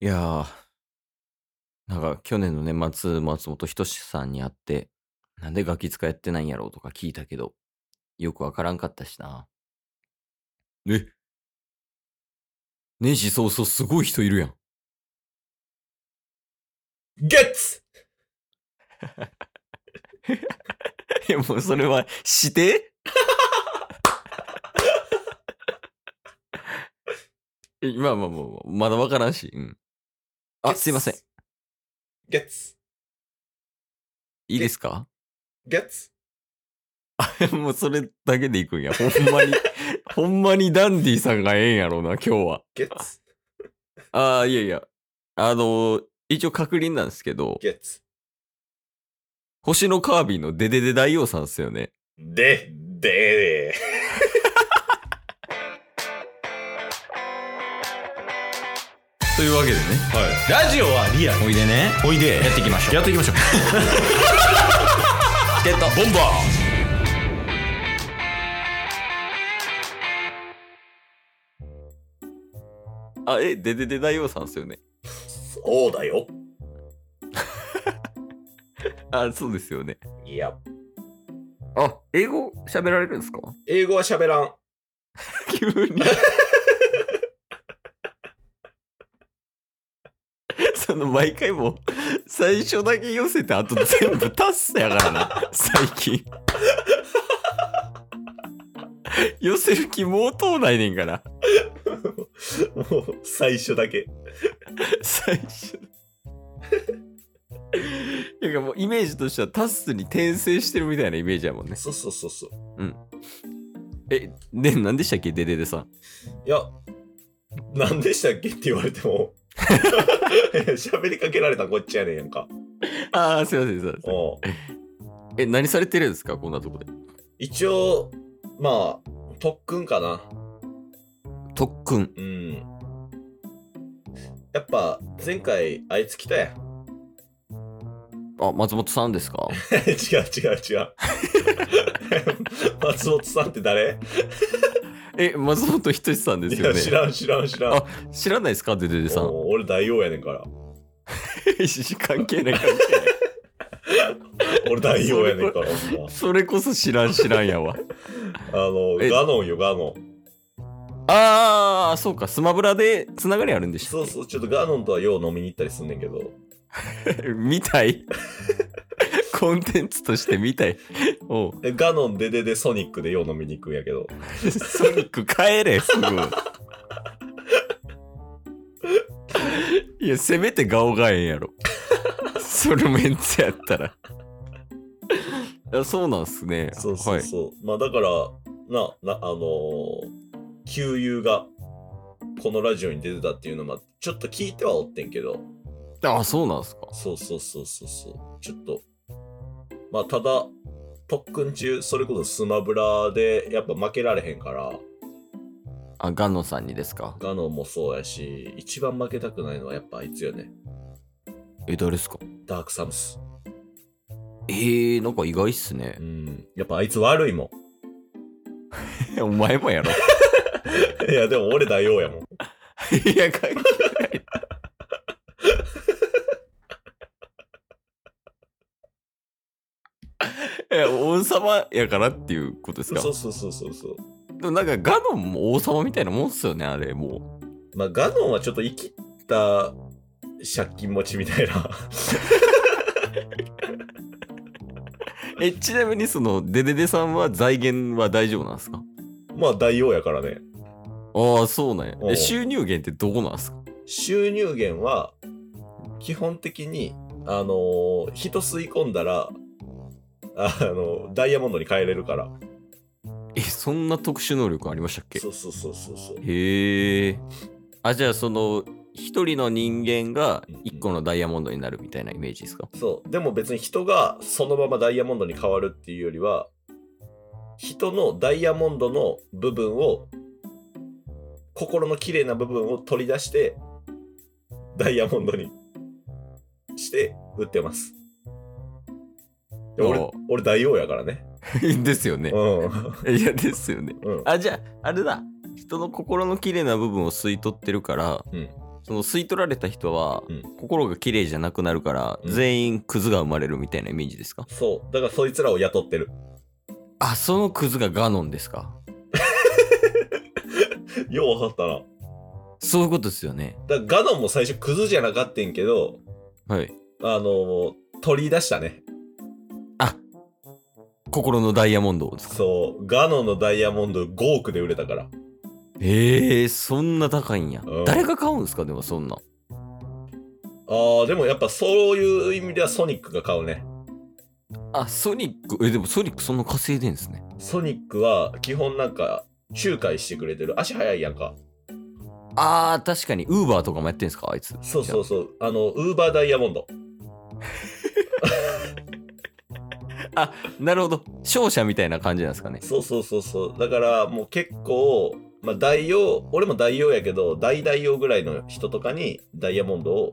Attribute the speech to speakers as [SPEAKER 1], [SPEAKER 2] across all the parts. [SPEAKER 1] いや、なんか去年の年末、松本人志さんに会って、なんでガキ使やってないんやろとか聞いたけど、よくわからんかったしな。え年始早々すごい人いるやん。
[SPEAKER 2] ゲッ ツ
[SPEAKER 1] いや、もうそれは、して えまあまあまあまあ、まだわからんし。うん。
[SPEAKER 2] ゲ
[SPEAKER 1] あ、
[SPEAKER 2] ッツ
[SPEAKER 1] すいません。
[SPEAKER 2] ゲッツ
[SPEAKER 1] いいですか
[SPEAKER 2] ゲッツ
[SPEAKER 1] もうそれだけでいくんや。ほんまに、 ほんまにダンディさんがええんやろうな、今日は。
[SPEAKER 2] ゲッツ
[SPEAKER 1] ああ、いやいや。あのー一応確認なんですけど、
[SPEAKER 2] ゲッツ
[SPEAKER 1] 星のカービィのデデデ大王さんですよね。
[SPEAKER 2] で、で、
[SPEAKER 1] というわけでね。
[SPEAKER 2] はい。ラジオはリアル。
[SPEAKER 1] おいでね。
[SPEAKER 2] おいで。
[SPEAKER 1] やっていきましょう。
[SPEAKER 2] ってい きましょう。
[SPEAKER 1] ってた。
[SPEAKER 2] ボンバ
[SPEAKER 1] あ、え、デデデ大王さんですよね。
[SPEAKER 2] ーそうだよ。
[SPEAKER 1] あ、そうですよね。
[SPEAKER 2] いや、
[SPEAKER 1] あ、英語喋られるんですか
[SPEAKER 2] 英語は喋らん。
[SPEAKER 1] 急に。 その毎回もう最初だけ寄せてあと全部足すやから な最近寄せる気もう通ないねんから
[SPEAKER 2] もう、最初だけ。
[SPEAKER 1] 最初なんかもうイメージとしてはタスに転生してるみたいなイメージやもんね
[SPEAKER 2] そうそうそうそう。
[SPEAKER 1] えね何でしたっけデデデさん
[SPEAKER 2] いや、何でしたっけって言われて も。喋りかけられたこっちやねんやんか。
[SPEAKER 1] ああすいませんすいません
[SPEAKER 2] お
[SPEAKER 1] え何されてるんですかこんなとこで
[SPEAKER 2] 一応、まあ、特訓かな。
[SPEAKER 1] 特訓
[SPEAKER 2] うん。やっぱ、前回、あいつ来たやん。
[SPEAKER 1] あ松本さんですか
[SPEAKER 2] 違う違う違 う。松本さんって誰
[SPEAKER 1] え松本人志さんで
[SPEAKER 2] い
[SPEAKER 1] すよ
[SPEAKER 2] や
[SPEAKER 1] ね
[SPEAKER 2] 知らん知らん知らん。
[SPEAKER 1] あ知らないですかデデデさん
[SPEAKER 2] もう俺大王やねんから。
[SPEAKER 1] 関係ない関係ない
[SPEAKER 2] 俺大王やねんから。ほんま
[SPEAKER 1] それこそ知らん知らんやわ
[SPEAKER 2] あの、
[SPEAKER 1] え
[SPEAKER 2] ガノンよガノン。
[SPEAKER 1] ああそうかスマブラでつながりあるんでした
[SPEAKER 2] そ
[SPEAKER 1] っ
[SPEAKER 2] う
[SPEAKER 1] け
[SPEAKER 2] そう、ちょっとガノンとはよう飲みに行ったりすんねんけど。
[SPEAKER 1] 見たいコンテンツとして見たいおう
[SPEAKER 2] でガノンデデデソニックでよう飲みに行くんやけど。
[SPEAKER 1] ソニック帰れすぐいやせめて顔がええんやろそれメンツやったらいやそうなんすね
[SPEAKER 2] そうそうそう。まあだから、な、な、あのー、旧友がこのラジオに出てたっていうのも、ちょっと聞いてはおってんけど。
[SPEAKER 1] はいあそうなんすか
[SPEAKER 2] そうそうそうそうそう。ちょっと。まあ、ただ、特訓中、それこそスマブラで、やっぱ負けられへんから、
[SPEAKER 1] あガノさんにですか
[SPEAKER 2] ガノンもそうやし、一番負けたくないのはやっぱあいつよね。
[SPEAKER 1] え誰ですか
[SPEAKER 2] ダークサムス。
[SPEAKER 1] えー、なんか意外っすね
[SPEAKER 2] うん。やっぱあいつ悪いも
[SPEAKER 1] お前もやろ
[SPEAKER 2] ん。い や、でも俺だよやもん。
[SPEAKER 1] いや関係 ないいや王様やからっていうことですか
[SPEAKER 2] そうそうそうそうそう。
[SPEAKER 1] でもなんかガノンも王様みたいなもんっすよねあれも
[SPEAKER 2] まあ、ガノンはちょっと生きった借金持ちみたいな。
[SPEAKER 1] うえちなみにそのデデデさんは財源は大丈夫なんですか
[SPEAKER 2] まあ、大王やからね。
[SPEAKER 1] ああそうなんや
[SPEAKER 2] おう
[SPEAKER 1] え収入源ってどこなんですか
[SPEAKER 2] 収入源は、基本的に、あのー人吸い込んだら、あのダイヤモンドに変えれるから。
[SPEAKER 1] えそんな特殊能力ありましたっけ
[SPEAKER 2] そうそうそうそうそう。
[SPEAKER 1] へえ。あ、じゃあその、一人の人間が
[SPEAKER 2] うんうん
[SPEAKER 1] 一個のダイヤモンドになるみたいなイメージですか
[SPEAKER 2] そう。でも別に人がそのままダイヤモンドに変わるっていうよりは、人のダイヤモンドの部分を、心の綺麗な部分を取り出して、ダイヤモンドにして売ってます。で俺
[SPEAKER 1] お、
[SPEAKER 2] 俺大王やからね。
[SPEAKER 1] ですよね
[SPEAKER 2] う。ん。
[SPEAKER 1] いや、ですよね。
[SPEAKER 2] うん。
[SPEAKER 1] あ、じゃあ、あれだ。人の心の綺麗な部分を吸い取ってるから、
[SPEAKER 2] うん
[SPEAKER 1] その吸い取られた人は、
[SPEAKER 2] うん
[SPEAKER 1] 心が綺麗じゃなくなるから、
[SPEAKER 2] うん
[SPEAKER 1] 全員クズが生まれるみたいなイメージですか
[SPEAKER 2] そう。だからそいつらを雇ってる。
[SPEAKER 1] あ、そのクズがガノンですか
[SPEAKER 2] よう分かったな。
[SPEAKER 1] そういうことですよね。
[SPEAKER 2] だからガノンも最初クズじゃなかったんけど、
[SPEAKER 1] はい。
[SPEAKER 2] あの、取り出したね。
[SPEAKER 1] あ、心のダイヤモンドをですか
[SPEAKER 2] そう。ガノンのダイヤモンド5億で売れたから。
[SPEAKER 1] ええー、そんな高いんや
[SPEAKER 2] うん。
[SPEAKER 1] 誰が買うんですかでもそんな。
[SPEAKER 2] あー、でもやっぱそういう意味ではソニックが買うね。
[SPEAKER 1] あ、ソニック、え、でもソニックそんな稼いでんですね。
[SPEAKER 2] ソニックは基本なんか仲介してくれてる。足早いやんか。
[SPEAKER 1] あー、確かに、ウーバーとかもやってんすかあいつ。
[SPEAKER 2] そうそうそう。あの、ウーバーダイヤモンド。
[SPEAKER 1] なるほど。商社みたいな感じなんですかね。
[SPEAKER 2] そうそうそうそう。だからもう結構、まあ、代用、俺も代用やけど、大代用ぐらいの人とかにダイヤモンドを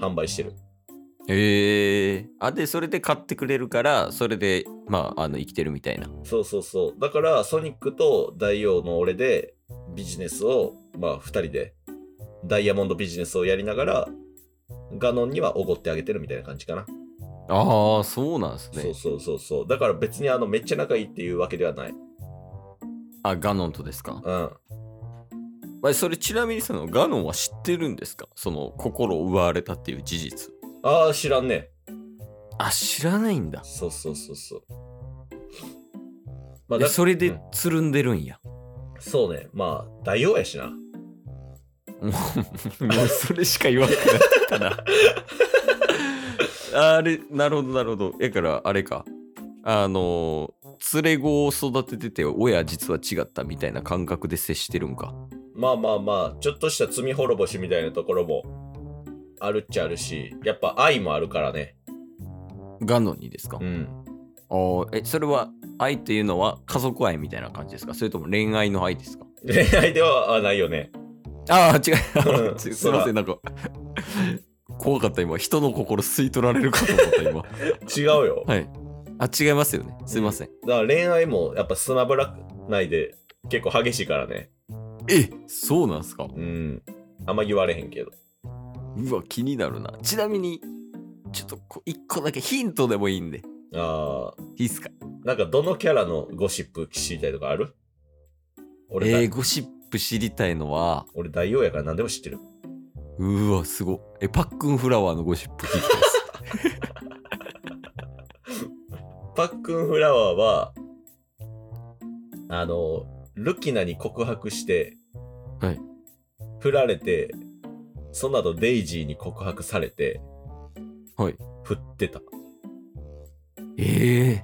[SPEAKER 2] 販売してる。
[SPEAKER 1] へえー。あ、で、それで買ってくれるから、それで、まあ、あの、生きてるみたいな。
[SPEAKER 2] そうそうそう。だから、ソニックと大王の俺で、ビジネスを、まあ、二人で、ダイヤモンドビジネスをやりながら、ガノンにはおごってあげてるみたいな感じかな。
[SPEAKER 1] ああ、そうなんです
[SPEAKER 2] そう
[SPEAKER 1] ね。
[SPEAKER 2] そうそうそう。だから別に、あの、めっちゃ仲いいっていうわけではない。
[SPEAKER 1] あ、ガノンとですか。
[SPEAKER 2] うん。
[SPEAKER 1] まあそれちなみにそのガノンは知ってるんですかその心を奪われたっていう事実。
[SPEAKER 2] ああ、知らんね。
[SPEAKER 1] あ、知らないんだ。
[SPEAKER 2] そうそうそうそう。まあ
[SPEAKER 1] え
[SPEAKER 2] だ
[SPEAKER 1] それ
[SPEAKER 2] う
[SPEAKER 1] で
[SPEAKER 2] ん
[SPEAKER 1] つるんでるんや。
[SPEAKER 2] そうね。まあ、大王やしな。
[SPEAKER 1] も うもうそれしか言わなくなったな。 あれ、なるほど、なるほど。やから、あれか。あのー、連れ子を育ててて、親実は違ったみたいな感覚で接してるんか。
[SPEAKER 2] まあまあまあ、ちょっとした罪滅ぼしみたいなところも、あるっちゃあるし、やっぱ愛もあるからね。
[SPEAKER 1] ガノンにですか。
[SPEAKER 2] うん。
[SPEAKER 1] あーえ、それは愛っていうのは家族愛みたいな感じですかそれとも恋愛の愛ですか
[SPEAKER 2] 恋愛ではないよね。
[SPEAKER 1] ああ、違
[SPEAKER 2] うん
[SPEAKER 1] う。 すいません、なんか。怖かった今人の心吸い取られるかと思った今
[SPEAKER 2] 違うよ。
[SPEAKER 1] はいあ違いますよねすいません、
[SPEAKER 2] だから恋愛もやっぱスマブラ内で結構激しいからね。
[SPEAKER 1] えそうなんすか
[SPEAKER 2] うん。あんま言われへんけど。
[SPEAKER 1] うわ気になるなちなみにちょっとこう一個だけヒントでもいいんで
[SPEAKER 2] ああ、
[SPEAKER 1] いいっすか
[SPEAKER 2] なんかどのキャラのゴシップ知りたいとかある俺だ、
[SPEAKER 1] えー、ゴシップ知りたいのは
[SPEAKER 2] 俺大王やから何でも知ってる。
[SPEAKER 1] うわすごいえパックンフラワーのゴシップ聞いてます
[SPEAKER 2] パックンフラワーは、あの、ルキナに告白して、
[SPEAKER 1] はい。
[SPEAKER 2] 振られて、その後デイジーに告白されて、
[SPEAKER 1] はい。
[SPEAKER 2] 振ってた。
[SPEAKER 1] え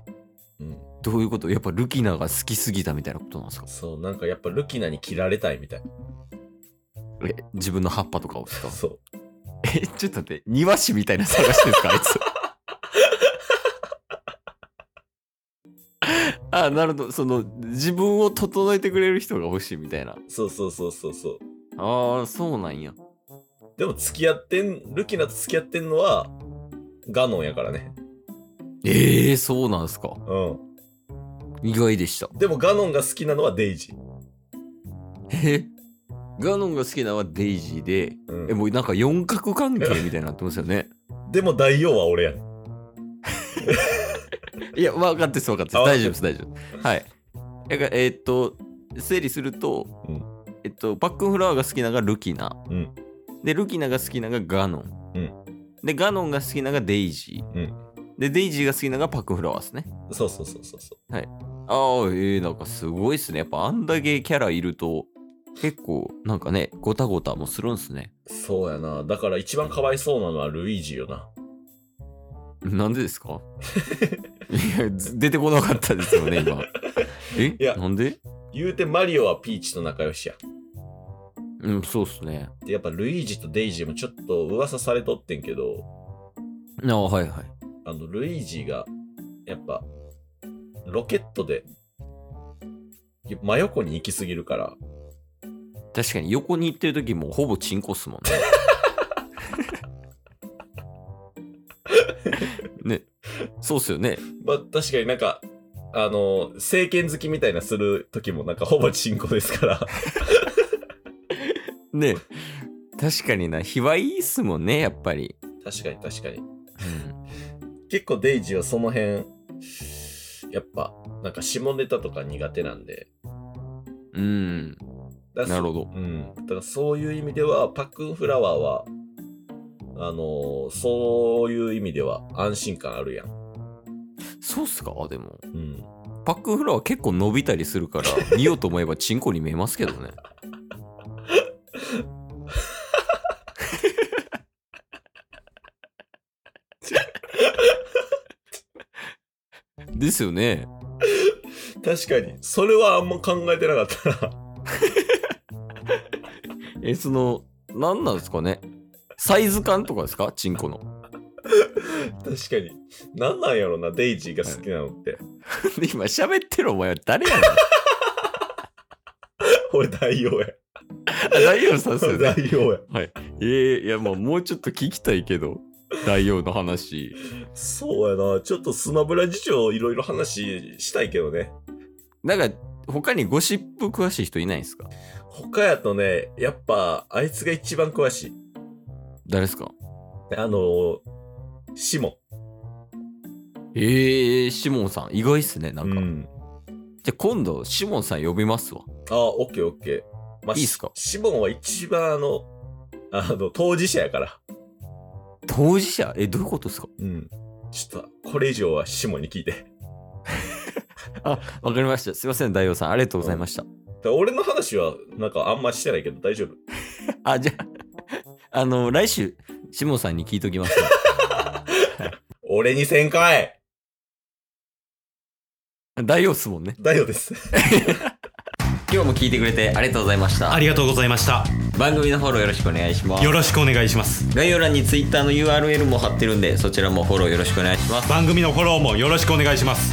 [SPEAKER 2] うん。
[SPEAKER 1] ー、どういうことやっぱルキナが好きすぎたみたいなことなんですか
[SPEAKER 2] そう、なんかやっぱルキナに切られたいみたい。
[SPEAKER 1] え自分の葉っぱとかをですか
[SPEAKER 2] そう。
[SPEAKER 1] えちょっと待って庭師みたいな探してるんですかあい つあなるほどその自分を整えてくれる人が欲しいみたいな
[SPEAKER 2] そうそうそうそうそう。
[SPEAKER 1] ああそうなんや
[SPEAKER 2] でも付き合ってん、ルキナと付き合ってんのは、ガノンやからね。
[SPEAKER 1] ええそうなんすか
[SPEAKER 2] うん。
[SPEAKER 1] 意外でした
[SPEAKER 2] でもガノンが好きなのはデイジー。
[SPEAKER 1] えガノンが好きなのはデイジーで
[SPEAKER 2] うん、
[SPEAKER 1] えもうなんか四角関係みたいになってますよね
[SPEAKER 2] でも大王は俺やね
[SPEAKER 1] いや分かってます分かって
[SPEAKER 2] あ
[SPEAKER 1] ます大丈夫です大丈夫ですはいだからえーっと整理すると、
[SPEAKER 2] うん
[SPEAKER 1] えっとバックンフラワーが好きなのがルキナ、
[SPEAKER 2] うん
[SPEAKER 1] でルキナが好きなのがガノン、
[SPEAKER 2] うん
[SPEAKER 1] でガノンが好きなのがデイジー、
[SPEAKER 2] うん
[SPEAKER 1] でデイジーが好きなのがパックンフラワーですね
[SPEAKER 2] そうそうそうそうそ
[SPEAKER 1] ああえー、なんかすごいっすねやっぱあんだけキャラいると結構なんかねごたごたもするんすね
[SPEAKER 2] う。そうやな。だから一番かわいそうなのはルイージよな。
[SPEAKER 1] なんでですかいやず出てこなかったですよね今え
[SPEAKER 2] いや
[SPEAKER 1] なんで
[SPEAKER 2] 言うてマリオはピーチと仲良しや。
[SPEAKER 1] うんそうっすね
[SPEAKER 2] で、やっぱルイージとデイジーもちょっと噂されとってんけど、
[SPEAKER 1] ああはいはい
[SPEAKER 2] あの、ルイージが、やっぱ、ロケットで、真横に行き過ぎるから、
[SPEAKER 1] 確かに横に行ってる時もうほぼチンコっすもん ね。ね。そうっすよね。
[SPEAKER 2] まあ確かになんか、あの、政権好きみたいなする時もなんかほぼチンコですから。
[SPEAKER 1] ね。確かにな。日はいいっすもんね、やっぱり。
[SPEAKER 2] 確かに確かに。
[SPEAKER 1] うん。
[SPEAKER 2] 結構デイジーはその辺、やっぱ、なんか下ネタとか苦手なんで。
[SPEAKER 1] うん。
[SPEAKER 2] だから
[SPEAKER 1] な
[SPEAKER 2] そ
[SPEAKER 1] るほど。
[SPEAKER 2] うん。だからそういう意味では、パックンフラワーは、あのーそういう意味では安心感あるやん。
[SPEAKER 1] そうっすかでも。
[SPEAKER 2] うん。
[SPEAKER 1] パックンフラワー結構伸びたりするから、見ようと思えばチンコに見えますけどね。ですよね。
[SPEAKER 2] 確かに、それはあんま考えてなか ったな。
[SPEAKER 1] え、その、何なんですかね。サイズ感とかですかチンコの。
[SPEAKER 2] 確かに。なんなんやろな、デイジーが好きなのって。
[SPEAKER 1] で今喋ってるお前は誰やねん。
[SPEAKER 2] 俺代表や。
[SPEAKER 1] あ大王さんですよ ね。
[SPEAKER 2] 俺代表や。
[SPEAKER 1] えー、いや、まあもうちょっと聞きたいけど、大王の話。
[SPEAKER 2] そうやな。ちょっとスマブラ事情いろいろ話したいけどね。
[SPEAKER 1] なんか、他にゴシップ詳しい人いないんですか
[SPEAKER 2] 他やとね、やっぱ、あいつが一番詳しい。
[SPEAKER 1] 誰ですか
[SPEAKER 2] あのー、シモ
[SPEAKER 1] ええー、シモンさん、意外っすね、な
[SPEAKER 2] ン。
[SPEAKER 1] んか。
[SPEAKER 2] ん。
[SPEAKER 1] じゃあ今度、シモンさん呼びますわ。
[SPEAKER 2] あ、オッケーオッケー。ま
[SPEAKER 1] いいっすか
[SPEAKER 2] シモンは一番あの、あの、当事者やから。
[SPEAKER 1] 当事者え、どういうことですか
[SPEAKER 2] うん。ちょっと、これ以上はシモンに聞いて。
[SPEAKER 1] あ、わかりました。すいません、大王さん、ありがとうございました。
[SPEAKER 2] だ俺の話は、なんかあんましてないけど大丈夫。
[SPEAKER 1] あ、じゃあ、 あの、来週、シモンさんに聞いときます、
[SPEAKER 2] 俺にせんかい
[SPEAKER 1] 大王っすもんね。
[SPEAKER 2] 大丈夫です。
[SPEAKER 1] 今日も聞いてくれてありがとうございました
[SPEAKER 3] あ。りがとうございました。
[SPEAKER 1] 番組のフォローよろしくお願いします
[SPEAKER 3] よ。ろしくお願いします。
[SPEAKER 1] 概要欄に Twitter の URL も貼ってるんで、そちらもフォローよろしくお願いします。
[SPEAKER 3] 番組のフォローもよろしくお願いします。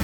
[SPEAKER 3] す